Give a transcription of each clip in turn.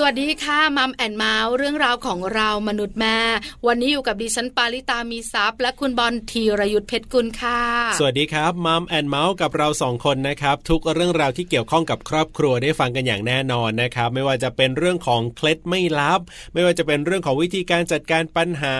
สวัสดีค่ะมัมแอนเมาส์เรื่องราวของเรามนุษย์แม่ วันนี้อยู่กับดิฉันปาริตามีซัพย์และคุณบอลธีรยุทธเพชรกุลค่ะ สวัสดีครับมัมแอนเมาส์กับเราสองคนนะครับ ทุกเรื่องราวที่เกี่ยวข้องกับครอบครัวได้ฟังกันอย่างแน่นอนนะครับ ไม่ว่าจะเป็นเรื่องของเคล็ดไม่ลับ ไม่ว่าจะเป็นเรื่องของวิธีการจัดการปัญหา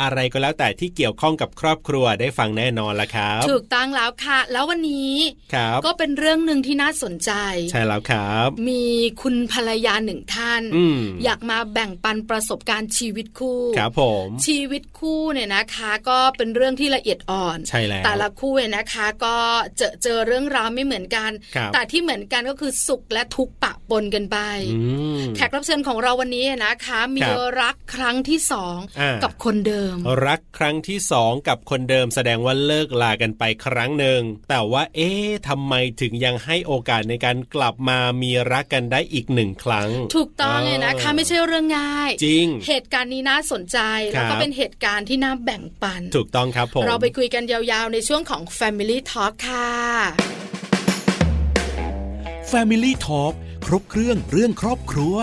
อะไรก็แล้วแต่ที่เกี่ยวข้องกับครอบครัวได้ฟังแน่นอนละครับ ถูกตั้องแล้วค่ะ แล้ววันนี้ ครับ ก็เป็นเรื่องหนึ่งที่น่าสนใจ ใช่แล้วครับ มีคุณภรรยาหนึ่งท่าน อืม อยากมาแบ่งปันประสบการณ์ชีวิตคู่ ครับผม ชีวิตคู่เนี่ยนะคะก็เป็นเรื่องที่ละเอียดอ่อน ใช่แล้ว แต่ละคู่เนี่ยนะคะก็เจอเจอเรื่องราวไม่เหมือนกัน ครับ แต่ที่เหมือนกันก็คือสุขและทุกข์ปะปนกันไป อืม แขกรับเชิญของเราวันนี้นะคะมี ครับ รักครั้งที่สอง อ่ากั กับคนเดิม รักครั้งที่สองกับคนเดิมแสดงว่าเลิกลากันไปครั้งหนึ่ง แต่ว่าเอ๊ะทำไมถึงยังให้โอกาสในการกลับมามีรักกันได้อีกหนึ่งครั้ง ถูกต้องเลยนะคะไม่ใช่เรื่องง่าย จริง เหตุการณ์นี้น่าสนใจ ครั แล้ว บ ก็เป็นเหตุการณ์ที่น่าแบ่งปัน ถูกต้องครับผม เราไปคุยกันยาวๆ ในช่วงของ Family Talk ค่ะ แฟมิลี่ทอครบเครื่องเรื่องครอบครัว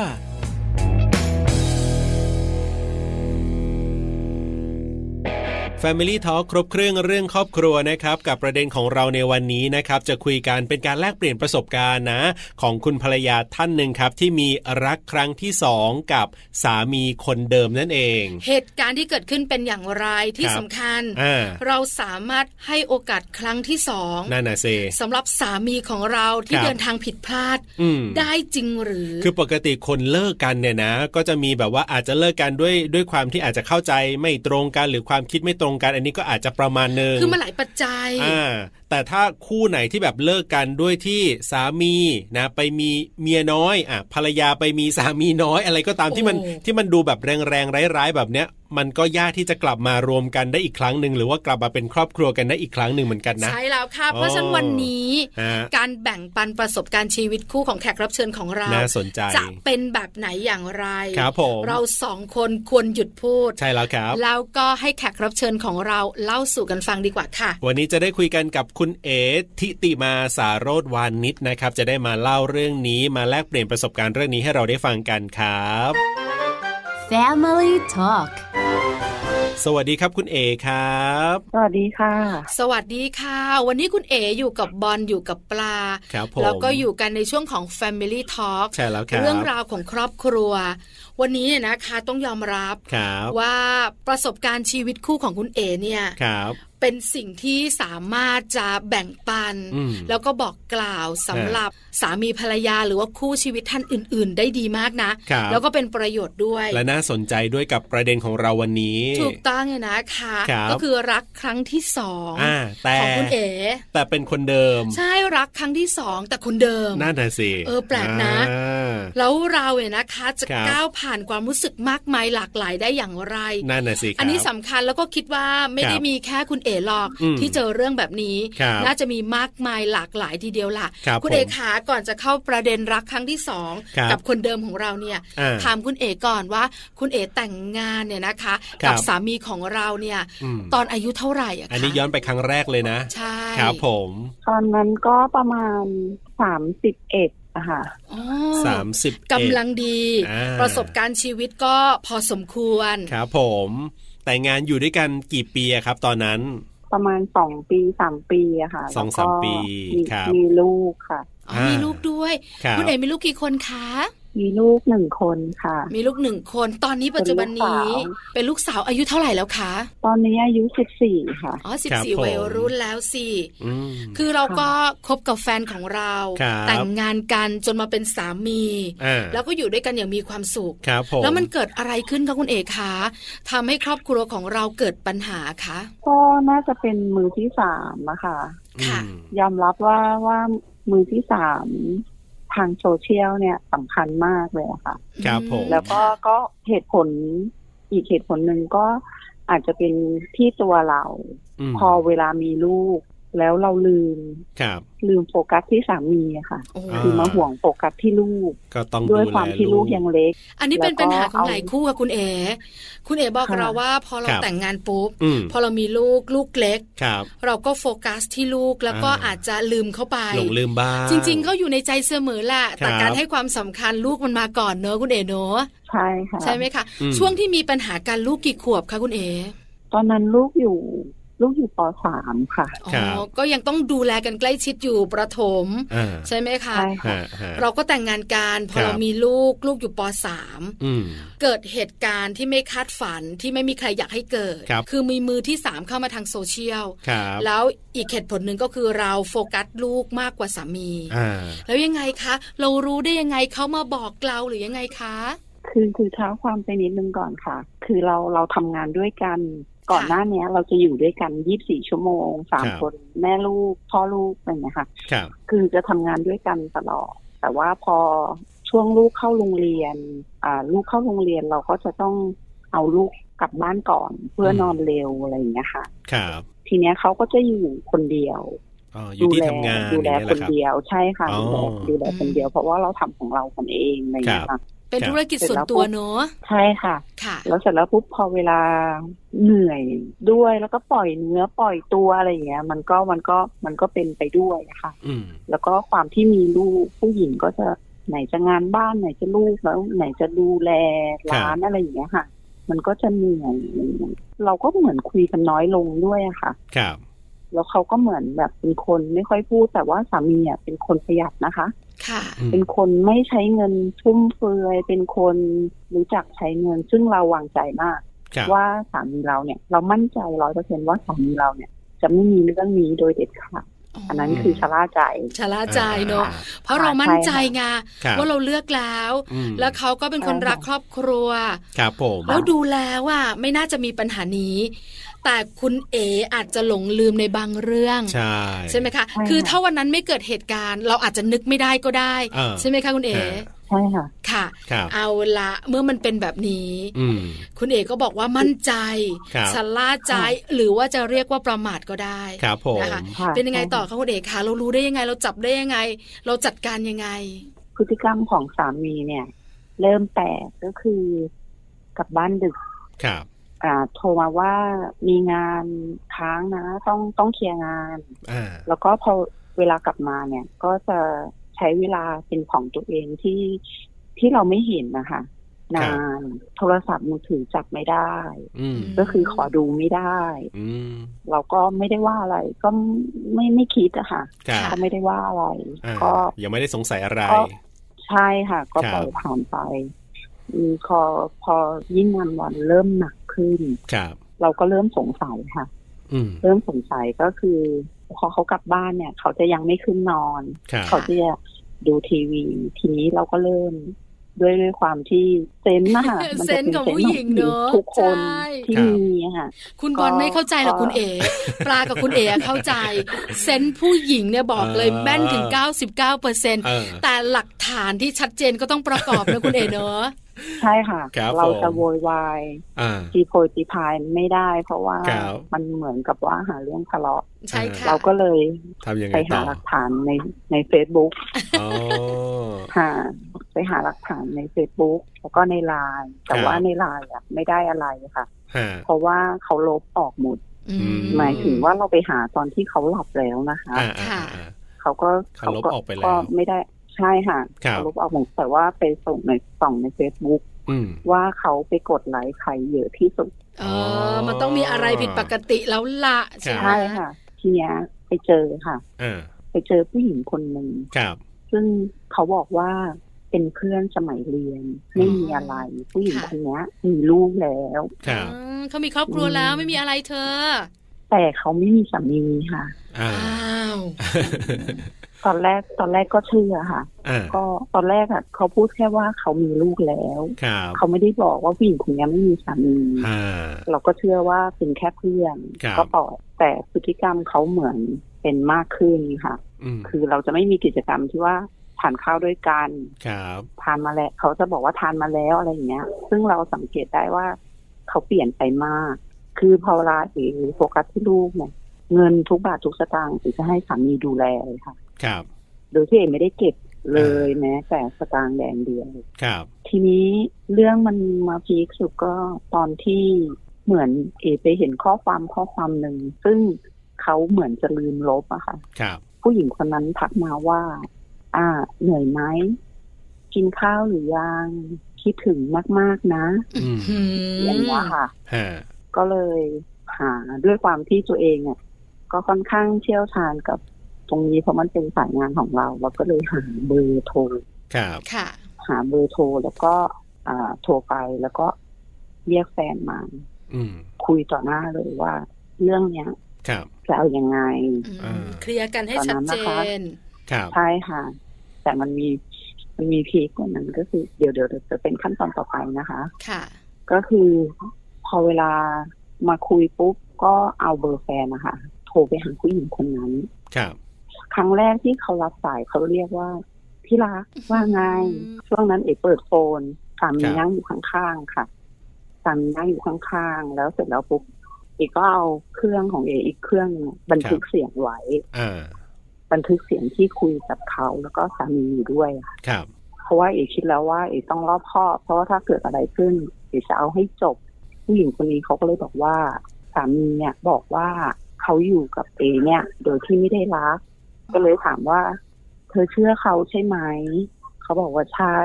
Family Talk ครบเครื่องเรื่องครอบครัวนะครับกับประเด็นของเราในวันนี้นะครับจะคุยกันเป็นการแลกเปลี่ยนประสบการณ์นะ ของคุณภรรยาท่านหนึ่งครับ ที่มีรักครั้งที่สองกับสามีคนเดิมนั่นเอง เหตุการณ์ที่เกิดขึ้นเป็นอย่างไรที่ ครับ สำคัญ อ่า เราสามารถให้โอกาสครั้งที่สอง นั่นน่ะเซ สำหรับสามีของเราที่ ครับ เดินทางผิดพลาด อืม ได้จริงหรือ คือปกติคนเลิกกันเนี่ยนะ ก็จะมีแบบว่าอาจจะเลิกกันด้วยด้วยความที่อาจจะเข้าใจไม่ตรงกันหรือความคิดไม่ตรงกัน อันนี้ก็อาจจะประมาณหนึง คือมันหลายปัจจัย อ่าแต่ถ้าคู่ไหนที่แบบเลิกกันด้วยที่สามีนะ ไปมีเมียน้อยอ่ะภรรยาไปมีสามีน้อยอะไรก็ตามที่มัน โอ้ ที่มันดูแบบแรงๆร้ายๆแบบเนี้ย มันก็ยากที่จะกลับมารวมกันได้อีกครั้งหนึ่งหรือว่ากลับมาเป็นครอบครัวกันได้อีกครั้งหนึ่งเหมือนกันนะ ใช่แล้วค่ะ โอ้ เพราะฉะนั้นวันนี้ ฮะ การแบ่งปันประสบการณ์ชีวิตคู่ของแขกรับเชิญของเรา น่าสนใจ จะเป็นแบบไหนอย่างไร ครับผม เราสองคนควรหยุดพูด ใช่แล้วครับ แล้วก็ให้แขกรับเชิญของเราเล่าสู่กันฟังดีกว่าค่ะ วันนี้จะได้คุยกันกับคุณเอทิติมาสาโรธวานิชนะครับ จะได้มาเล่าเรื่องนี้มาแลกเปลี่ยนประสบการณ์เรื่องนี้ให้เราได้ฟังกันครับ Family Talk สวัสดีครับคุณเอครับ สวัสดีค่ะ สวัสดีค่ะ วันนี้คุณเอ๋อยู่กับบอลอยู่กับปลา ครับผม แล้วก็อยู่กันในช่วงของ Family Talk ใช่แล้วครับ เรื่องราวของครอบครัว วันนี้เนี่ยนะคะต้องยอมรับ ครับ ว่าประสบการณ์ชีวิตคู่ของคุณเอ๋เนี่ย ครับ เป็นสิ่งที่สามารถจะแบ่งปัน อืม แล้วก็บอกกล่าวสำหรับสามีภรรยาหรือว่าคู่ชีวิตท่านอื่น ๆ ได้ดีมากนะ ครับ แล้วก็เป็นประโยชน์ด้วย และน่าสนใจด้วยกับประเด็นของเราวันนี้ ถูกต้องเลยนะคะ ครับ ก็คือรักครั้งที่สอง อ่าแต่ ของคุณเอ๋ แต่เป็นคนเดิม ใช่รักครั้งที่สองแต่คนเดิม น่าหนาสิ เออแปลกนะ อ่า แล้วเราเนี่ยนะคะจะ ครับ ก้าวผ่านความรู้สึกมากมายหลากหลายได้อย่างไร น่าหนาสิครับ อันนี้สำคัญแล้วก็คิดว่าไม่ได้ ครับ มีแค่คุณเอ๋หรอก อืม ที่เจอเรื่องแบบนี้ ครับ น่าจะมีมากมายหลากหลายทีเดียวล่ะ ครัณบเอ๋ ผม ขาก่อนจะเข้าประเด็นรักครั้งที่สอง ครับ กับคนเดิมของเราเนี่ย อ่า ถามคุณเอ๋ก่อนว่า คุณเอ๋แต่งงานเนี่ยนะคะ ครับ กัสามีของเราเนี่ย อืม ตอนอายุเท่าไหร่อะคะ อันนี้ย้อนไปครั้งแรกเลยนะ ใช่ ครับผม ตอนนั้นก็ประมาณสามสิบเอ็ดอะค่ะ อ๋อ 30 กำลังดี อ่า ประสบการณ์ชีวิตก็พอสมควร ครับผมแต่งงานอยู่ด้วยกันกี่ปีอะครับ ตอนนั้น ประมาณสองปีสามปีอะค่ะ สอง แล้วก็ สามปี มี ครับ มีลูกค่ะ อ๋อมีลูกด้วย ครับ คุณเอ๋มีลูกกี่คนคะ มีลูกหนึ่งคนค่ะ มีลูกหนึ่งคนตอนนี้ปัจจุบันนี้ เป็นลูกสาว เป็นลูกสาวอายุเท่าไหร่แล้วคะ ตอนนี้อายุสิบสี่ค่ะ อ๋อสิบ ครับ สี่ ผม วัยรุ่นแล้วสิ อืม คือเราก็คบกับแฟนของเรา ครับ แต่งงานกันจนมาเป็นสามี อ่า แล้วก็อยู่ด้วยกันอย่างมีความสุข ครับผม แล้วมันเกิดอะไรขึ้นคะคุณเอกคะทำให้ครอบครัวของเราเกิดปัญหาคะ ก็น่าจะเป็นมือที่สามอะค่ะ ค่ะ อืม ยอมรับว่าว่ามือที่สามทางโซเชียลเนี่ยสำคัญมากเลยอะค่ะ ครับผม อื แล้วก็ก็เหตุผลอีกเหตุผลหนึ่งก็อาจจะเป็นที่ตัวเรา ม พอเวลามีลูก แล้วเราลืม ครับ ลืมโฟกัสที่สามีอะค่ะ โอ้โห อ่า คือมาห่วงโฟกัสที่ลูก ก็ต้อง ด้วย แ ความที่ลูกยังเล็ก อันนี้เป็น แล้วก็ ปัญหาของ เอา หลายคู่ค่ะคุณเอ๋คุณเอ๋บอก ค่ะ เราว่าพอเรา ครับ แต่งงานปุ๊บ อืม พอเรามีลูกลูกเล็ก ครับ เราก็โฟกัสที่ลูกแล้วก็ อ่า อาจจะลืมเข้าไป หลงลืมบ้าง จริงๆ ก็อยู่ในใจเสมอแหละแต่ ครับ การให้ความสำคัญลูกมันมาก่อนเนอะคุณเอ๋เนอะ ใช่ค่ะ ใช่ไหมคะ อืม ช่วงที่มีปัญหาการลูกกี่ขวบคะคุณเอ๋ ตอนนั้นลูกอยู่ ลูกอยู่ปสามค่ะ อ๋ ครั อบ ก็ยังต้องดูแลกันใกล้ชิดอยู่ประถม อ่า ใช่ไหมคะ ใช่ค่ะ ฮะฮะ เราก็แต่งงานกันพอ ครับ เรามีลูกลูกอยู่ปสาม อืม เกิดเหตุการณ์ที่ไม่คาดฝันที่ไม่มีใครอยากให้เกิด ครับ อมีมือที่สามเข้ามาทางโซเชียล ครับ แล้วอีกเหตุผลหนึ่งก็คือเราโฟกัสลูกมากกว่าสามี อ่า แล้วยังไงคะ เรารู้ได้ยังไงเขามาบอกเราหรือยังไงคะ คือคือเท้าความไปนิดนึงก่อนค่ะ คือเราเราทำงานด้วยกัน ก่อน ค่ะ หน้าเนี้ย เราจะอยู่ด้วยกัน 24 ชั่วโมงสาม ครับ คน แม่ลูก พ่อลูกอะไรอย่างเงี้ยค่ะ ครับ คือจะทำงานด้วยกันตลอด แต่ว่าพอช่วงลูกเข้าโรงเรียน อ่า ลูกเข้าโรงเรียนเราก็จะต้องเอาลูกกลับบ้านก่อนเพื่อนอนเร็วอะไรอย่างเงี้ยค่ะ ครับ ทีเนี้ยเขาก็จะอยู่คนเดียว อ๋ออยู่ที่ทำงาน ดูแล อย่างเงี้ย ค แหละ น ครับ เดียวใช่ค่ะ อ๋อ ดูแลดูแลคนเดียว เพราะว่าเราทำของเราคนเองอะไรอย่างเงี้ยค่ะ เป็น ครับ ธุรกิจส่วนตัวเนอะ ใช่ค่ะ ค่ะ แล้วเสร็จแล้วปุ๊บพอเวลาเหนื่อยด้วยแล้วก็ปล่อยเนื้อปล่อยตัวอะไรอย่างเงี้ย มันก็มันก็มันก็เป็นไปด้วยค่ะ อืม แล้วก็ความที่มีลูกผู้หญิงก็จะไหนจะงานบ้านไหนจะลูกแล้วไหนจะดูแลร้านอะไรอย่างเงี้ยค่ะ มันก็จะเหนื่อยอะไรอย่างเงี้ยเราก็เหมือนคุยกันน้อยลงด้วยอะค่ะ ครับ แล้วเขาก็เหมือนแบบเป็นคนไม่ค่อยพูดแต่ว่าสามีอ่ะเป็นคนประหยัดนะคะ ค่ะ อืม เป็นคนไม่ใช้เงินฟุ่มเฟือยเป็นคนรู้จักใช้เงิน ซึ่งเราวางใจมาก ครับ ว่าสามีเราเนี่ย เรามั่นใจร้อยเปอร์เซ็นว่าสามีเราเนี่ย จะไม่มีเรื่องนี้โดยเด็ดขาดอันนั้นคือชะล่าใจ ชะล่าใจเนอะ อ่า เพราะเรามั่นใจไง ครับ ว่าเราเลือกแล้ว อืม แล้วเขาก็เป็นคน ใช่ค่ะ รักครอบครัว ครับผม แล้วดูแล้วว่าไม่น่าจะมีปัญหานี้ แต่คุณเออาจจะหลงลืมในบางเรื่อง ใช่ ไหมคะ ใช่ค่ะ คือถ้าวันนั้นไม่เกิดเหตุการณ์ เราอาจจะนึกไม่ได้ก็ได้ เออ ใช่ไหมคะคุณเอ ฮะ ใช่ค่ะ ค่ะ ครับ เอาละเมื่อมันเป็นแบบนี้ อืม คุณเอกก็บอกว่ามั่นใจ ครับ ชะล่าใจ หรือว่าจะเรียกว่าประมาทก็ได้ ครับผม นะคะ ค่ะ เป็นยังไงต่อ ใช่ค่ะ คะคุณเอกคะเรารู้ได้ยังไง เราจับได้ยังไง เราจัดการยังไง พฤติกรรมของสามีเนี่ย เริ่มแปลกก็คือกลับบ้านดึก ครับ อ่า โทรมาว่ามีงานค้างนะ ต้องต้องเคลียร์งาน อ่า แล้วก็พอเวลากลับมาเนี่ย ก็จะใช้เวลาเป็นของตัวเองที่ที่เราไม่เห็นนะคะ ครับ นานโทรศัพท์มือถือจับไม่ได้ อืม ก็คือขอดูไม่ได้ อืม เราก็ไม่ได้ว่าอะไร ก็ไม่ไม่คิดอะค่ะ ครับ ก็ไม่ได้ว่าอะไร อ่า ก็ ยังไม่ได้สงสัยอะไร ก็ ใช่ค่ะ ก็ปล่อคยรับ ผ่านไปอืมพอพอยิ่งนานวันเริ่มหนักขึ้น ครับ เราก็เริ่มสงสัยค่ะ อืม เริ่มสงสัยก็คือ พอเขากลับบ้านเนี่ย เขาจะยังไม่ขึ้นนอน ครับ เขาจะดูทีวี ทีนี้เราก็เริ่มด้วยด้วยความที่เซนส์ นะคะมัจะ เซนส์ของผู้หญิงเนอะ ทุกคน ใช่ ที่ ครับ มีอะค่ะ คุณบอล ก็ ไม่เข้าใจหรอก ก็ คุณเอ๋ปลากับคุณเอ๋เข้าใจ เซนส์ผู้หญิงเนี่ยบอกเลย อ่า แม่นถึง 99เปอร์เซ็น เออ แต่หลักฐานที่ชัดเจนก็ต้องประกอบนะคุณเอ๋เนอะ ใช่ค่ะ ครับ เราจะ ผม โวยวาย อ่า จีโพยจีพายไม่ได้ เพราะว่า ครับ มันเหมือนกับว่าหาเรื่องทะเลาะ ใช่ค่ะ เราก็เลย ทำยังไง ไป ต่ หา อ หลักฐานในในเฟซบุ๊ก อ๋อ หาไปหาหลักฐานในเฟซบุ๊กแล้วก็ในไลน์แต่ ครับ ว่าในไลน์อะไม่ได้อะไรค่ะ ฮะ เพราะว่าเขาลบออกหมด อืม อื หมายถึงว่าเราไปหาตอนที่เขาหลับแล้วนะคะ อ่าอ่าอ่า เขาก็ เขาลบออกไปแล้ว ก็ไม่ได้ใช่ค่ะ ครับ เขาลบออกหมดแต่ว่าไปส่งในส่องในเฟซบุ๊ก อืม ว่าเขาไปกดไลค์ใครเยอะที่สุด เออ มันต้องมีอะไรผิดปกติแล้วล่ะ ครั ใช่ บ ไหม ใช่ค่ะ ทีเนี้ยไปเจอค่ะ อ่า ไปเจอผู้หญิงคนหนึ่ง ครับ ซึ่งเขาบอกว่าเป็นเพื่อนสมัยเรียน ไม่มีอะไร ผู้หญิงคนเนี้ยมีลูกแล้ว ครับ อืมเขามีครอบครัวแล้วไม่มีอะไรเธอ แต่เขาไม่มีสามีค่ะ อ่า อ้าว ตอนแรกตอนแรกก็เชื่อค่ะ อ่า ก็ตอนแรกอะเขาพูดแค่ว่าเขามีลูกแล้ว ครับ เขาไม่ได้บอกว่าผู้หญิงคนนี้ไม่มีสามี อ่า เราก็เชื่อว่าเป็นแค่เพื่อน ครับ ก็ปล่อยแต่พฤติกรรมเขาเหมือนเป็นมากขึ้นค่ะ อืม คือเราจะไม่มีกิจกรรมที่ว่าทานข้าวด้วยกัน ครับ ทานมาแล้วเขาจะบอกว่าทานมาแล้วอะไรอย่างเงี้ย ซึ่งเราสังเกตได้ว่าเขาเปลี่ยนไปมาก คือพอเวลาเอโฟกัสที่ลูกเนี่ย เงินทุกบาททุกสตางค์ถึงจะให้สามีดูแลเลยค่ะ ครับ โดยที่เอ๋ไม่ได้เก็บเลยแม้แต่สตางค์แดงเดียว ครับ ทีนี้เรื่องมันมาพีคสุดก็ตอนที่เหมือนเอไปเห็นข้อความข้อความหนึ่ง ซึ่งเขาเหมือนจะลืมลบอะค่ะ ครับ ผู้หญิงคนนั้นทักมาว่า อ่า เหนื่อยไหม กินข้าวหรือยัง คิดถึงมาก ๆ นะ อืม อื อย่าม งเงี้ยค่ะ ฮะ ก็เลยหาด้วยความที่ตัวเองเนี่ยก็ค่อนข้างเชี่ยวชาญกับตรงนี้เพราะมันเป็นสายงานของเราเราก็เลยหาเบอร์โทร ครับ ค่ะ หาเบอร์โทรแล้วก็อ่าโทรไปแล้วก็เรียกแฟนมา อืม คุยต่อหน้าเลยว่า เรื่องเนี้ย ครับ จะเอาอยัางไง อืม อ่า เคลียร์กันให้ชัดเจ ตอนนั้น น ครับ ใช่ค่ะ แต่มันมีมันมีพีกกว่านั้นก็คือเดี๋ยวเดี๋ยวเดี๋ยวจะเป็นขั้นตอนต่อไปนะคะ ค่ะ ก็คือพอเวลามาคุยปุ๊บก็เอาเบอร์แฟนนะคะ โทรไปหาผู้หญิงคนนั้น ครับ ครั้งแรกที่เขารับสายเขาเรียกว่าพี่รักว่าไง อืม ช่วงนั้นเอกเปิดโฟนสามี ครับ นั่งอยู่ข้างๆค่ะสามีนั่งอยู่ข้างๆแล้วเสร็จแล้วปุ๊บเอกก็เอาเครื่องของเออีกเครื่องหนึ่งบันทึกเสียงไว้ อ่า บันทึกเสียงที่คุยกับเขาแล้วก็สามีอยู่ด้วยค่ะ ครับ เพราะว่าเอกคิดแล้วว่าเอกต้องรอบคอบเพราะว่าถ้าเกิดอะไรขึ้นเอกจะเอาให้จบ ผู้หญิงคนนี้เขาก็เลยบอกว่าสามีเนี่ยบอกว่าเขาอยู่กับเอเนี่ย โดยที่ไม่ได้รัก ก็เลยถามว่า เธอเชื่อเขาใช่ไหม เขาบอกว่าใช่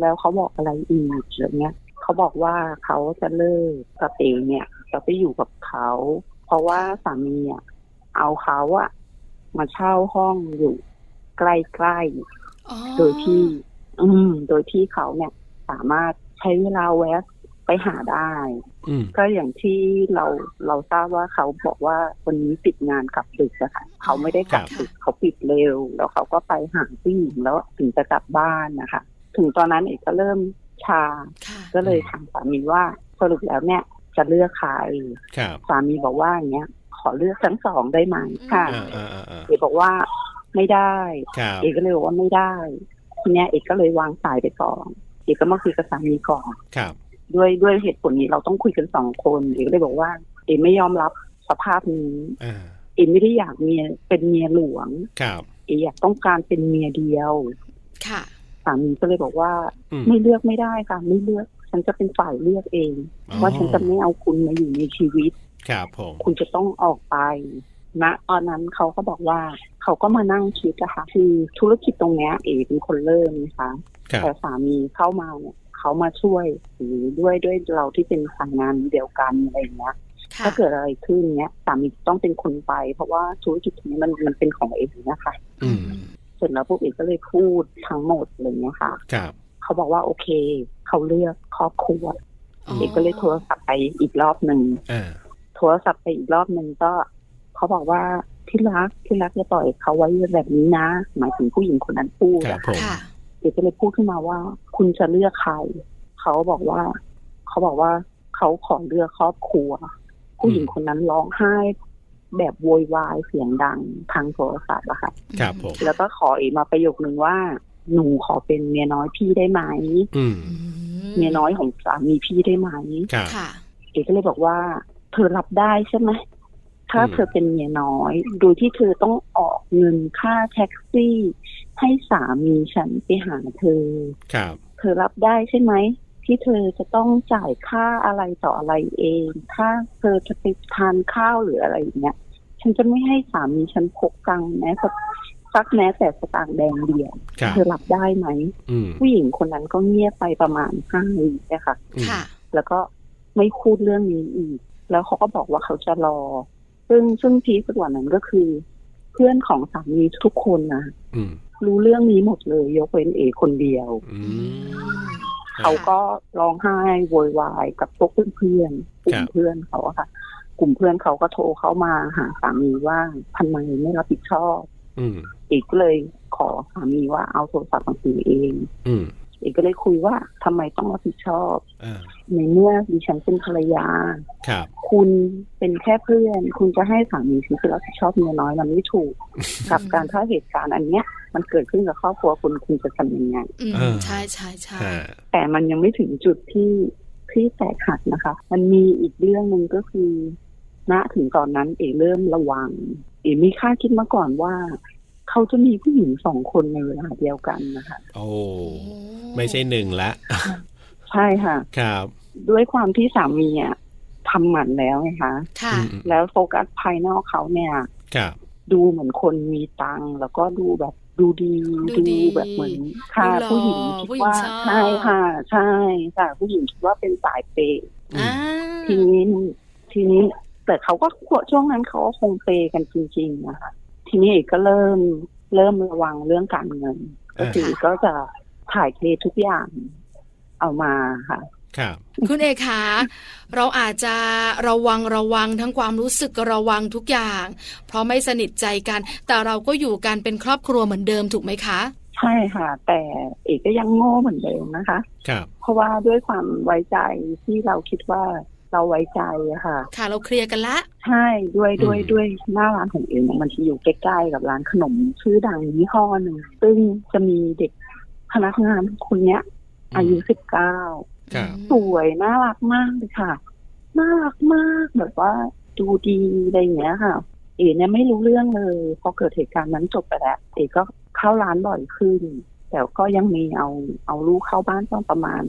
แล้วเขาบอกอะไรอีกอะไรเงี้ยเขาบอกว่าเขาจะเลิกกับเอเนี่ยจะไปอยู่กับเขา เพราะว่าสามีอ่ะเอาเขาอะมาเช่าห้องอยู่ใกล้ อ๋อ ๆโดยที่ อืม โดยที่เขาเนี่ย สามารถใช้เวลาแวะไปหาได้ อืม ก็อย่างที่เราเราทราบว่าเขาบอกว่าวันนี้ปิดงานกลับดึกอะค่ะเขาไม่ได้กลับ ค่ะ ดึกเขาปิดเร็ว แล้วเขาก็ไปหาผู้หญิงแล้วถึงจะกลับบ้านนะคะ ถึงตอนนั้นเอกก็เริ่มชา ค่ะ ก็เลยถามสามีว่าสรุปแล้วเนี่ย จะเลือกใคร ครับ สามีบอกว่าอย่างเงี้ยขอเลือกทั้งสองได้ไหมค่ะ อ่าอ่าอ่าอ่า เอกบอกว่าไม่ได้ ครับ เอกก็เลยบอกว่าไม่ได้ทีเนี้ยเอกก็เลยวางสายไปก่อนเอกก็มาคุยกับสามีก่อน ครับ ด้วยด้วยเหตุผลนี้เราต้องคุยกันสองคนเอกก็เลยบอกว่า เอกไม่ยอมรับสภาพนี้ อ่า เอกไม่ได้อยากเมียเป็นเมียหลวง ครับ เอกอยากต้องการเป็นเมียเดียว ค่ะ สามีก็เลยบอกว่า อืม ไม่เลือกไม่ได้ค่ะไม่เลือก ฉันจะเป็นฝ่ายเลือกเอง อ๋อ ว่าฉันจะไม่เอาคุณมาอยู่ในชีวิต ครับผม คุณจะต้องออกไปนะตอนนั้นเขาก็บอกว่าเขาก็มานั่งคิดอะค่ะคือธุรกิจตรงเนี้ยเอกเป็นคนเริ่มนะคะ ครับ แต่สามีเข้ามาเนี่ยเขามาช่วยหรือด้วยด้วยเราที่เป็นสายงานเดียวกันอะไรอย่างเงี้ย ค่ะ ถ้าเกิดอะไรขึ้นเนี้ยสามีต้องเป็นคนไป เพราะว่าธุรกิจนี้มันมันเป็นของเองนะคะ อืม เสร็จแล้วพวกเอกก็เลยพูดทั้งหมดอะไรอย่างเงี้ยค่ะ ครับ เขาบอกว่าโอเค เขาเลือกครอบครัว อ๋อ เอกก็เลยโทรศัพท์ไปอีกรอบหนึ่ง อ่า โทรศัพท์ไปอีกรอบหนึ่งก็เขาบอกว่าที่รักที่รักอย่าปล่อยเขาไว้แบบนี้นะ หมายถึงผู้หญิงคนนั้นพูด ค อะ รับผม ค่ะ เด็กก็เลยพูดขึ้นมาว่า คุณจะเลือกใคร เขาบอกว่า เขาบอกว่าเขาขอเลือกครอบครัว ผู้หญิงคนนั้นร้องไห้ แบบโวยวายเสียงดังทางโทรศัพท์อะค่ะ ครับผม แล้วก็ขออีกมาประโยคนึงว่า หนูขอเป็นเมียน้อยพี่ได้ไหม อืม อืม เมียน้อยของสามีพี่ได้ไหม ครับ ค่ะ เด็กก็เลยบอกว่า เธอรับได้ใช่ไหมถ้า อืม เธอเป็นเมียน้อย โดยที่เธอต้องออกเงินค่าแท็กซี่ ให้สามีฉันไปหาเธอ ครับ เธอรับได้ใช่ไหม ที่เธอจะต้องจ่ายค่าอะไรต่ออะไรเอง ถ้าเธอจะไปทานข้าวหรืออะไรอย่างเงี้ยฉันจะไม่ให้สามีฉันพกตังค์แม้สักสักแม้แต่สตางค์แดงเดียว ครับ เธอรับได้ไหม อืม ผู้หญิงคนนั้นก็เงียบไปประมาณห้าวินะคะ อืม ค่ะ แล้วก็ไม่พูดเรื่องนี้อีก แล้วเขาก็บอกว่าเขาจะรอ ซึ่งซึ่งพีคกว่านั้นก็คือ เพื่อนของสามีทุกคนนะ อืม รู้เรื่องนี้หมดเลยยกเว้นเอคนเดียว อืม เขาก็ร้องไห้โวยวายกับพวกเพื่อนๆกลุ่ ครั ม บ เพื่อนเขาอะค่ะ กลุ่มเพื่อนเขาก็โทรเข้ามาหาสามีว่าทำไมไม่รับผิดชอบ อืม อีกก็เลยขอสามีว่าเอาโทรศัพท์ของตัวเอง อืม อีกก็เลยคุยว่าทำไมต้องรับผิดชอบ อ่า ในเมื่อดิฉันเป็นภรรยา ครับ คุณเป็นแค่เพื่อน คุณจะให้สามีฉันคือรับผิดชอบเมียน้อยมันไม่ถูก กับการถ้าเหตุการณ์อันเนี้ย มันเกิดขึ้นกับครอบครัวคุณคุณจะทำยังไง อืม เออ ใช่ใช่ใช่ อ่า แต่มันยังไม่ถึงจุดที่ที่แตกหักนะคะ มันมีอีกเรื่องหนึ่งก็คือ ณถึงตอนนั้นเอเริ่มระวัง เอไม่คาดคิดมาก่อนว่า เขาจะมีผู้หญิงสองคนในเวลาเดียวกันนะคะ โอ้ไม่ใช่หนึ่งละ ใช่ค่ะ ครับ ด้วยความที่สามีอ่ะทำหมันแล้วไงคะ ค่ะ อืมอืม แล้วโฟกัสภายนอกเขาเนี่ย ครับ ดูเหมือนคนมีตังค์แล้วก็ดูแบบดูดี ดูดี แบบเหมือนค่ะ ดูหล่อ ผู้หญิงคิด ผู้หญิง ว่า ชอบ ใช่ค่ะ ใช่ค่ะผู้หญิงคิดว่าเป็นสายเปย์ อื อ่าม ทีนี้ทีนี้ แต่เขาก็ช่วงนั้นเขาก็คงเปย์กันจริงๆนะคะทีนี้เอกก็เริ่มเริ่มระวังเรื่องการเงิน ก็ า คือก็จะถ่ายเททุกอย่างเอามาค่ะ ครับ คุณเอกขาเราอาจจะระวังระวังทั้งความรู้สึกระวังทุกอย่าง เพราะไม่สนิทใจกัน แต่เราก็อยู่กันเป็นครอบครัวเหมือนเดิมถูกไหมคะ ใช่ค่ะ แต่เอกก็ยังโง่เหมือนเดิมนะคะ ครับ เพราะว่าด้วยความไว้ใจที่เราคิดว่าเราไว้ใจอะค่ะ ค่ะเราเคลียร์กันละ ใช่ด้วย อืม ด้วยด้วยหน้าร้านของเองมันจะอยู่ใกล้ๆกับร้านขนมชื่อดังยี่ห้อหนึ่งซึ่งจะมีเด็กพนักงานคนเนี้ย อายุสิบเก้า ครับ สวยน่ารักมากเลยค่ะ น่ารักมากแบบว่าดูดีอะไรอย่างเงี้ยค่ะ เอเนี่ยไม่รู้เรื่องเลย พอเกิดเหตุการณ์นั้นจบไปแล้วเอก็เข้าร้านบ่อยขึ้น แต่ก็ยังมีเอาเอาลูกเข้าบ้านตอนประมาณ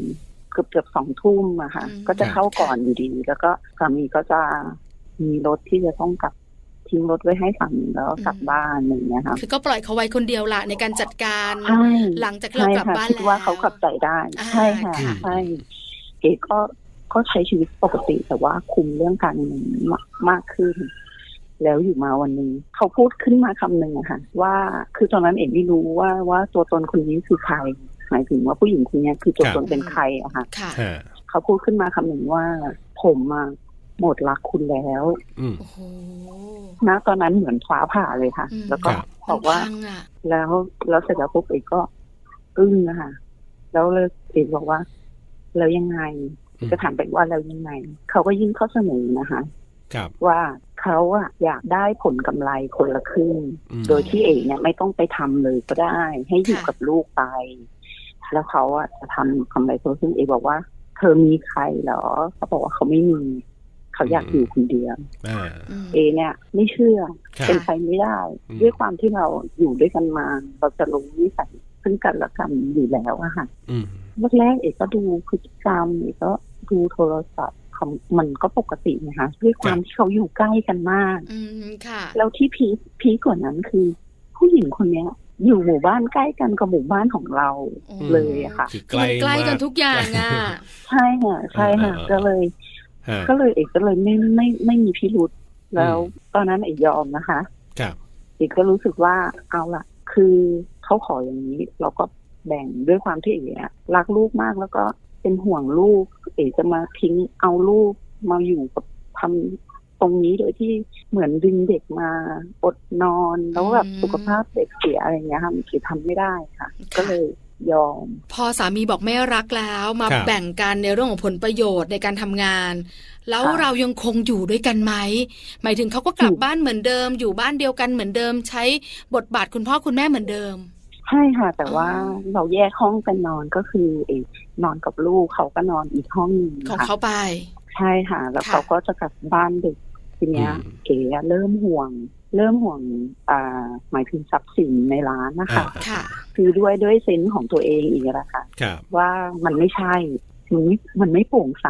เกือบเกือบสองทุ่มอะค่ะ อืม ก็จะเข้าก่อนอยู่ดี แล้วก็สามีก็จะมีรถที่จะต้องกลับทิ้งรถไว้ให้สามีแล้วก็กลับบ้านอย่างเงี้ยค่ะ คือก็ปล่อยเขาไว้คนเดียวละในการจัดการ ใช่ หลังจากที่ ใช่ เรากลับ ค่ะ บ้าน คิด แล้ว ว่าเขากลับใจได้ อ่า ใช่ค่ะ ค่ะ ใช่เอกก็ก็ใช้ชีวิตปกติแต่ว่าคุมเรื่องการเงินมากมากขึ้น แล้วอยู่มาวันหนึ่งเขาพูดขึ้นมาคำหนึ่งอะค่ะ ว่าคือตอนนั้นเอกไม่รู้ว่าว่าตัวตนคนนี้คือใคร หมายถึงว่าผู้หญิงคนเนี้ยคือตัว ครับ ตนเป็นใครอะค่ะ ค่ะ ฮะ เขาพูดขึ้นมาคำหนึ่งว่า ผมมาหมดรักคุณแล้ว อืม โอ้โห นะตอนนั้นเหมือนฟ้าผ่าเลยค่ะ อืม แล้วก็ ครับ บอกว่า มันพังอ่ะ แล้วแล้วเสร็จแล้วปุ๊บเอกก็อึ้งนะคะแล้วเลยเอกบอกว่า แล้วยังไง อืม จะถามไปว่าแล้วยังไง เขาก็ยื่นข้อเสนอนะคะ ครับ ว่าเขาอะอยากได้ผลกำไรคนละครึ่ง อืม โดยที่เอกเนี่ยไม่ต้องไปทำเลยก็ได้ ให้อยู่ ค่ะ กับลูกไป แล้วเขาอะจะทำกำไรคนละครึ่งเอกบอกว่า เธอมีใครเหรอ เขาบอกว่าเขาไม่มี เขาอยากอยู่คนเดียว อ่า อืม เอเนี่ย ไม่เชื่อ ครับ เป็นไปไม่ได้ อืม ด้วยความที่เราอยู่ด้วยกันมา เราจะรู้นิสัยซึ่งกันและกันอยู่แล้วอะค่ะ อืม แรกๆเอกก็ดูพฤติกรรมเอกก็ดูโทรศัพท์ของมันก็ปกตินะคะด้วยความ ครับ ที่เขาอยู่ใกล้กันมาก อืมค่ะ แล้วที่พีคพีคกว่านั้นคือ ผู้หญิงคนเนี้ย อยู่หมู่บ้านใกล้กันกับหมู่บ้านของเรา เลยอะค่ะ คือ คือมันใกล้กัน มา ทุกอย่างอ่ะ ใช่ค่ะใช่ค่ะ เออเออเออ ก็เลย ฮะ ก็เลยเอกก็เลยไม่ไม่ไม่มีพิรุษแล้ว อืม ตอนนั้นเอกยอมนะคะ ครับ เอกก็รู้สึกว่าเอาละคือเขาขออย่างนี้ เราก็แบ่งด้วยความที่เอกอะรักลูกมากแล้วก็เป็นห่วงลูก เอกจะมาทิ้งเอาลูกมาอยู่กับทำตรงนี้โดยที่เหมือนดึงเด็กมาอดนอนแล้วแบบ อืม สุขภาพเด็กเสียอะไรอย่างเงี้ยค่ะมันเอกทำไม่ได้ค่ะ ก็เลยยอม พอสามีบอกไม่รักแล้ว มา ครับ แบ่งกันในเรื่องของผลประโยชน์ในการทำงาน แล้ว ครับ เรายังคงอยู่ด้วยกันไหม หมายถึงเขาก็กลับ อยู่ บ้านเหมือนเดิม อยู่บ้านเดียวกันเหมือนเดิม ใช้บทบาทคุณพ่อคุณแม่เหมือนเดิม ใช่ค่ะ แต่ว่า อ๋อ เราแยกห้องกันนอนก็คือเอกนอนกับลูกเขาก็นอนอีกห้องหนึ่ง ของ ค่ะ เขาไป ใช่ค่ะ แล้ว ค่ะ เขาก็จะกลับบ้านดึกทีเนี้ย อืม เก๋อะเริ่มห่วง เริ่มห่วงอ่าหมายถึงทรัพย์สินในร้านนะคะ อ่า ค่ะ คือด้วยด้วยเซนส์ของตัวเองอีกแล้วค่ะ ครับ ว่ามันไม่ใช่มันไม่มันไม่โปร่งใส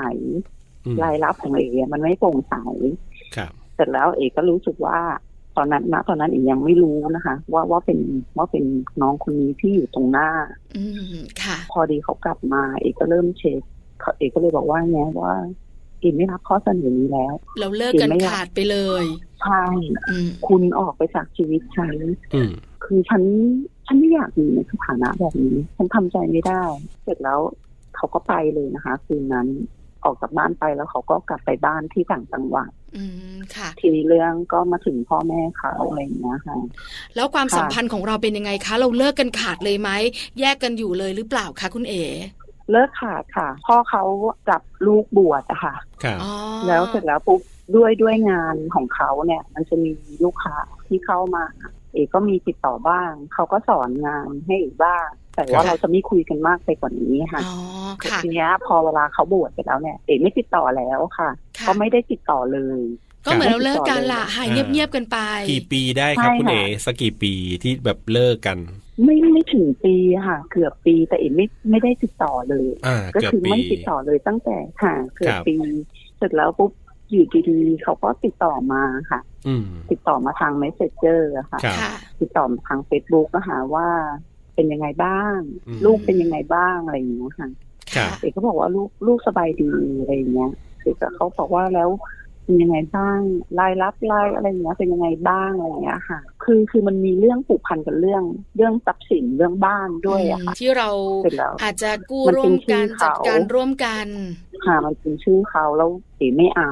อืม รายรับของเอ๋อะมันไม่โปร่งใส ครับ เสร็จแล้วเอกก็รู้สึกว่า ตอนนั้นนะตอนนั้นเอกยังไม่รู้นะคะ ว่าว่าเป็นว่าเป็นน้องคนนี้ที่อยู่ตรงหน้า อืมค่ะ พอดีเขากลับมาเอกก็เริ่มเช็คเขาเอกก็เลยบอกว่าไงว่าเอกไม่รับข้อเสนอนี้แล้ว เราเลิกกัน เห็นไหมล่ะ ขาดไปเลย ใช่ อืม คุณออกไปจากชีวิตฉัน อืม คือฉันฉันไม่อยากอยู่ในสถานะแบบนี้ ฉันทำใจไม่ได้ เสร็จแล้วเขาก็ไปเลยนะคะ คืนนั้นออกจากบ้านไปแล้วเขาก็กลับไปบ้านที่ต่างจังหวัด อืมค่ะ ทีนี้เรื่องก็มาถึงพ่อแม่เขาอะไรอย่างเงี้ยค่ะ แล้วความ ค่ะ สัมพันธ์ของเราเป็นยังไงคะ เราเลิกกันขาดเลยไหม แยกกันอยู่เลยหรือเปล่าคะคุณเอ๋ เลิกขาดค่ะ พ่อเขาจับลูกบวชอะค่ะ ครับ อ๋อ แล้วเสร็จแล้วปุ๊บด้วยด้วยงานของเขาเนี่ย มันจะมีลูกค้าที่เข้ามา เอกก็มีติดต่อบ้าง เขาก็สอนงานให้เอกบ้าง แต่ว่าเราจะไม่คุยกันมากไปกว่านี้ค่ะ อ๋อค่ะ ทีเนี้ยพอเวลาเขาบวชไปแล้วเนี่ย เอกไม่ติดต่อแล้วค่ะ ค่ะ ก็ไม่ได้ติดต่อเลย ก็เหมือนเราเลิกกันล่ะหาย อ่า เงียบๆกันไป กี่ปีได้ครับ ใช่ คุณ ค่ะ เอ๋สักกี่ปีที่แบบเลิกกัน ไม่ไม่ถึงปีค่ะ เกือบปีแต่เอ็มไม่ไม่ได้ติดต่อเลย อ่า ก็ เกือบ คือ ปี ไม่ติดต่อเลยตั้งแต่ค่ะเกือคบรับ ปีเสร็จแล้วปุ๊บอยู่ดีๆเขาก็ติดต่อมาค่ะ อืม ติดต่อมาทาง m ม s เ e จเจอร์ค่ะ ครับ ค่ะ ติดต่อมาทางเฟซบุ๊กก็หาว่าเป็นยังไงบ้าง อืม ลูกเป็นยังไงบ้างอะไรอย่างเงี้ยค่ะ ครับ เอกก็บอกว่าลูกลูกสบายดีอะไรอย่างเงี้ยเอกก็เขาบอกว่าแล้วเป็นยังไงบ้างรายรับรายอะไรอย่างเงี้ยเป็นยังไงบ้างอะไรอย่างเงี้ยค่ะ คือคือมันมีเรื่องผูกพันกันเรื่อง เรื่องทรัพย์สินเรื่องบ้านด้วยอะค่ะ ที่เรา เสร็จแล้ว อาจจะกู้ มัน ร่ว เป็ ม น กัน ชื่อ จัด เขา การร่วมกัน ค่ะมันเป็นชื่อเขาแล้วเอกไม่เอา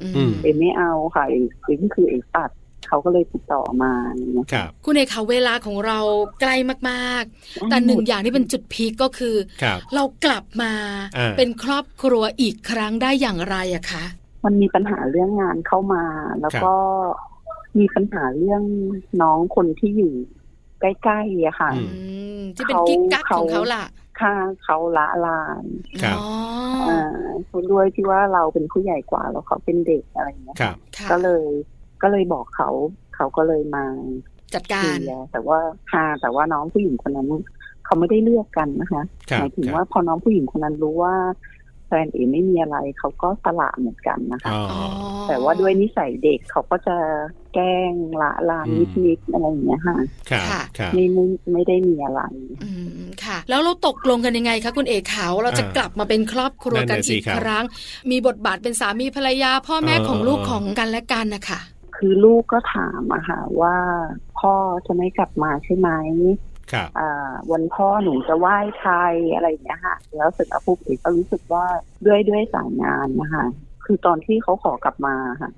อืม อืม เอกไม่เอาค่ะเอกเอกก็คือเอกตัดเขาก็เลยติดต่อมาอย่างเงี้ย ครับ คุณเอกคะเวลาของเราใกล้มากๆ แต่หนึ่งอย่างที่เป็นจุดพีคก็คือ ครับ เรากลับมา อ่า เป็นครอบครัวอีกครั้งได้อย่างไรอะคะ มันมีปัญหาเรื่องงานเข้ามา แล้วก็มีปัญหาเรื่องน้องคนที่อยู่ใกล้ๆอะค่ะ อืม อืมที่เป็นกิ๊กกัก เขา ของเขาล่ะ ค่าเขาละลาน ครับ อ๋อ อ่าด้วยที่ว่าเราเป็นผู้ใหญ่กว่าแล้วเขาเป็นเด็กอะไรอย่างเงี้ย ครับ ค่ะ ก็เลย ก็เลยบอกเขา เขาก็เลยมา จัด เค กา ลี ร ยร์แต่ว่าค่ะแต่ว่าน้องผู้หญิงคนนั้นเขาไม่ได้เลือกกันนะคะ ครับ หมายถึง ครับ ว่าพอน้องผู้หญิงคนนั้นรู้ว่าแฟนเอไม่มีอะไรเขาก็สละเหมือนกันนะคะ อ๋อ แต่ว่าด้วยนิสัยเด็กเขาก็จะแกล้งละลาน อืม นิดๆอะไรอย่างเงี้ยค่ะ ครับ ค่ะ ครับ ไม่ไม่ไม่ได้มีอะไร อืมค่ะ แล้วเราตกลงกันยังไงคะคุณเอกขาวเราจะ อ่าก ลับมาเป็นครอบครัวกัน นั่นน่ะสิ อีก ครับ ครั้ง มีบทบาทเป็นสามีภรรยา พ่อแม่ เออ ของลูก เออ ของกันและกันนะคะ คือลูกก็ถามอะค่ะว่าพ่อจะไม่กลับมาใช่ไหม ครับ อ่าวันพ่อหนูจะไหว้ใครอะไรอย่างเงี้ยค่ะ แล้วเสร็จแล้วปุ๊บเอกก็รู้สึกว่าด้วยด้วยสายงานนะคะคือตอนที่เขาขอกลับมาค่ะ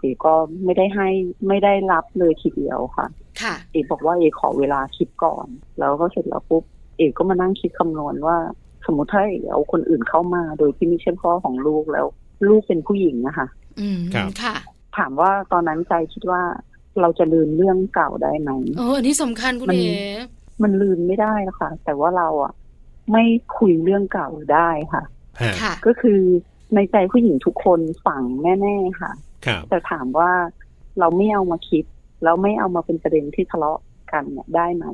เอกก็ไม่ได้ให้ไม่ได้รับเลยทีเดียวค่ะ ค่ะ เอกบอกว่าเอกขอเวลาคิดก่อน แล้วก็เสร็จแล้วปุ๊บเอกก็มานั่งคิดคำนวณว่า สมมติถ้าเอกเอาคนอื่นเข้ามา โดยที่ไม่ใช่พ่อของลูกแล้ว ลูกเป็นผู้หญิงนะคะ อืม ครับ ค่ะ ถามว่าตอนนั้นใจคิดว่าเราจะลืมเรื่องเก่าได้ไหม โอ้อันนี้สำคัญคุณ มัน เอ มันลืมไม่ได้ค่ะ แต่ว่าเราอ่ะ ไม่คุยเรื่องเก่าได้ค่ะ ฮะ ค่ะ ก็คือในใจผู้หญิงทุกคนฝังแน่ๆค่ะ ครับ แต่ถามว่าเราไม่เอามาคิด เราไม่เอามาเป็นประเด็นที่ทะเลาะกันเนี่ยได้ไหม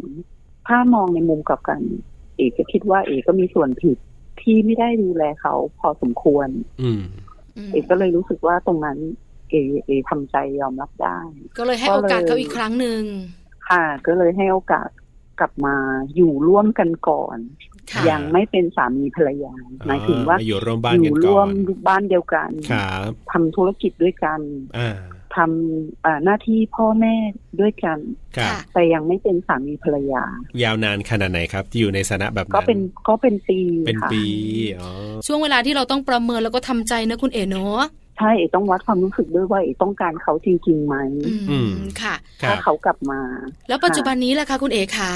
ถ้ามองในมุมกลับกัน เอกจะคิดว่าเอกก็มีส่วนผิดที่ไม่ได้ดูแลเขาพอสมควร อืม อืม เอกก็เลยรู้สึกว่าตรงนั้น เอกเอกทำใจยอมรับได้ ก็เลยให้ ก็ โอ เลย กาสเขาอีกครั้งหนึ่ง ค่ะ ก็เลยให้โอกาสกลับมาอยู่ร่วมกันก่อน ค่ะ อ ยังไม่เป็นสามีภรรยาหมายถึงว่า อ่อยู่ร่วมบ้าน อ กัน ยู่ ก่ ร่ อ วน มบ้านเดียวกัน ครับ ทำธุรกิจด้วยกัน อ่า ทำอ่าหน้าที่พ่อแม่ด้วยกัน ครับ ค่ะ แต่ยังไม่เป็นสามีภรรยา ยาวนานขนาดไหนครับ ที่อยู่ในสถานะแบบนั้น ก็เป็นก็เป็นปี เป็น ค่ะ ปีอ๋อ ช่วงเวลาที่เราต้องประเมินแล้วก็ทำใจนะคุณเอ๋เนาะ ใช่เอกต้องวัดความรู้สึกด้วยว่าเอกต้องการเขาจริงๆไหม อืมค่ะ ครั ถ้า บ เขากลับมา แล้วปัจจุบันนี้ล่ะคะคุณเอ๋ขา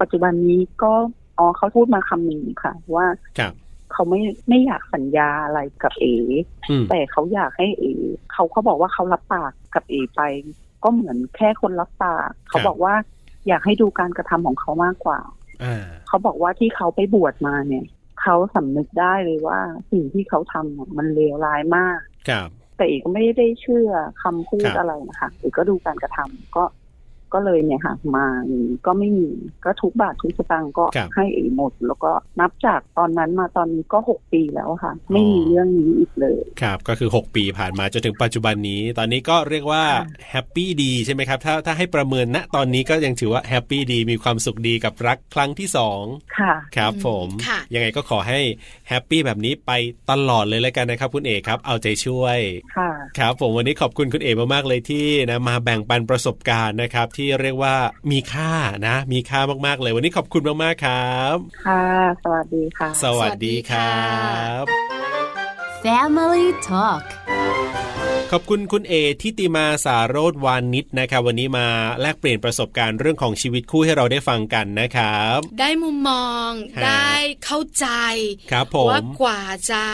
ปัจจุบันนี้ก็อ๋อเขาพูดมาคำหนึ่งค่ะ ว่า ครับ เขาไม่ไม่อยากสัญญาอะไรกับเอ๋ อืม แต่เขาอยากให้เอเขาเขาบอกว่าเขารับปากกับเอไป ก็เหมือนแค่คนรับปากเขาบอกว่าอยากให้ดูการกระทำของเขามากกว่า อ่า เขาบอกว่าที่เขาไปบวชมาเนี่ยเขาสำนึกได้เลยว่าสิ่งที่เขาทำเนี่ยมันเลวร้ายมาก ครับ แต่เอกก็ไม่ได้เชื่อคำพู ครั ด บ อะไรนะคะเอกก็ดูการกระทำก็ก็เลยเนี่ยค่ะมาอย่างนี้ก็ไม่มีก็ทุกบาททุกสตางค์ก็ ครับ ให้เอกหมด แล้วก็นับจากตอนนั้นมาตอนนี้ก็หกปีแล้วค่ะ ไม่มีเรื่องนี้อีกเลย ครับ ก็คือ 6 ปีผ่านมาจนถึงปัจจุบันนี้ ตอนนี้ก็เรียกว่าแฮปปี้ดีใช่ไหมครับ ถ้าถ้าให้ประเมินณตอนนี้ก็ยังถือว่าแฮปปี้ดีมีความสุขดีกับรักครั้งที่สอง ค่ะ ครับผม ค่ะ ยังไงก็ขอให้แฮปปี้แบบนี้ไปตลอดเลยแล้วกันนะครับ คุณเอกครับ เอาใจช่วย ค่ะ ครับผมวันนี้ขอบคุณคุณเอ๋มากๆเลยที่นะมาแบ่งปันประสบการณ์นะครับ ที่เรียกว่ามีค่านะ มีค่ามากๆเลยวันนี้ขอบคุณมากๆครับ ค่ะ สวัสดีค่ะ สวัสดีครับ Family Talk ขอบคุณคุณเอทิติมาสาโรธวานิชนะครับ วันนี้มาแลกเปลี่ยนประสบการณ์เรื่องของชีวิตคู่ให้เราได้ฟังกันนะครับ ได้มุมมอง ฮะ ได้เข้าใจ ครับผ ว่าม กว่าจะ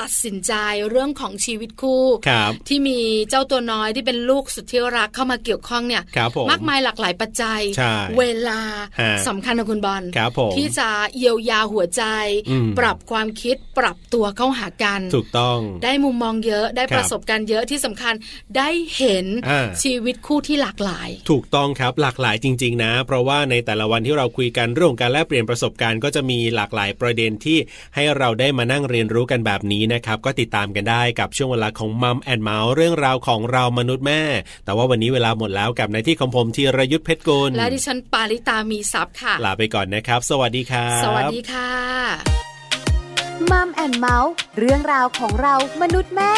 ตัดสินใจเรื่องของชีวิตคู่ ครับ ที่มีเจ้าตัวน้อยที่เป็นลูกสุดที่รักเข้ามาเกี่ยวข้องเนี่ย ครับผม มากมายหลากหลายปัจจัย ใช่ เวลา ฮะ สำคัญนะคุณบอล ครับผม ที่จะเยียวยาหัวใจ อืม ปรับความคิดปรับตัวเข้าหากัน ถูกต้อง ได้มุมมองเยอะได้ ครับ ประสบการณ์เยอะที่ สำคัญได้เห็น อ่า ชีวิตคู่ที่หลากหลาย ถูกต้องครับหลากหลายจริง ๆ นะ เพราะว่าในแต่ละวันที่เราคุยกันเรื่องของการแลกเปลี่ยนประสบการณ์ก็จะมีหลากหลายประเด็นที่ให้เราได้มานั่งเรียนรู้กันแบบนี้นะครับก็ติดตามกันได้กับช่วงเวลาของมัมแอนเมาส์เรื่องราวของเรามนุษย์แม่ แต่ว่าวันนี้เวลาหมดแล้วกับในที่ของผมธีรยุทธเพชรกุล และดิฉันปาริตามีซับค่ะ ลาไปก่อนนะครับ สวัสดีครับ สวัสดีค่ะ มัมแอนเมาส์เรื่องราวของเรามนุษย์แม่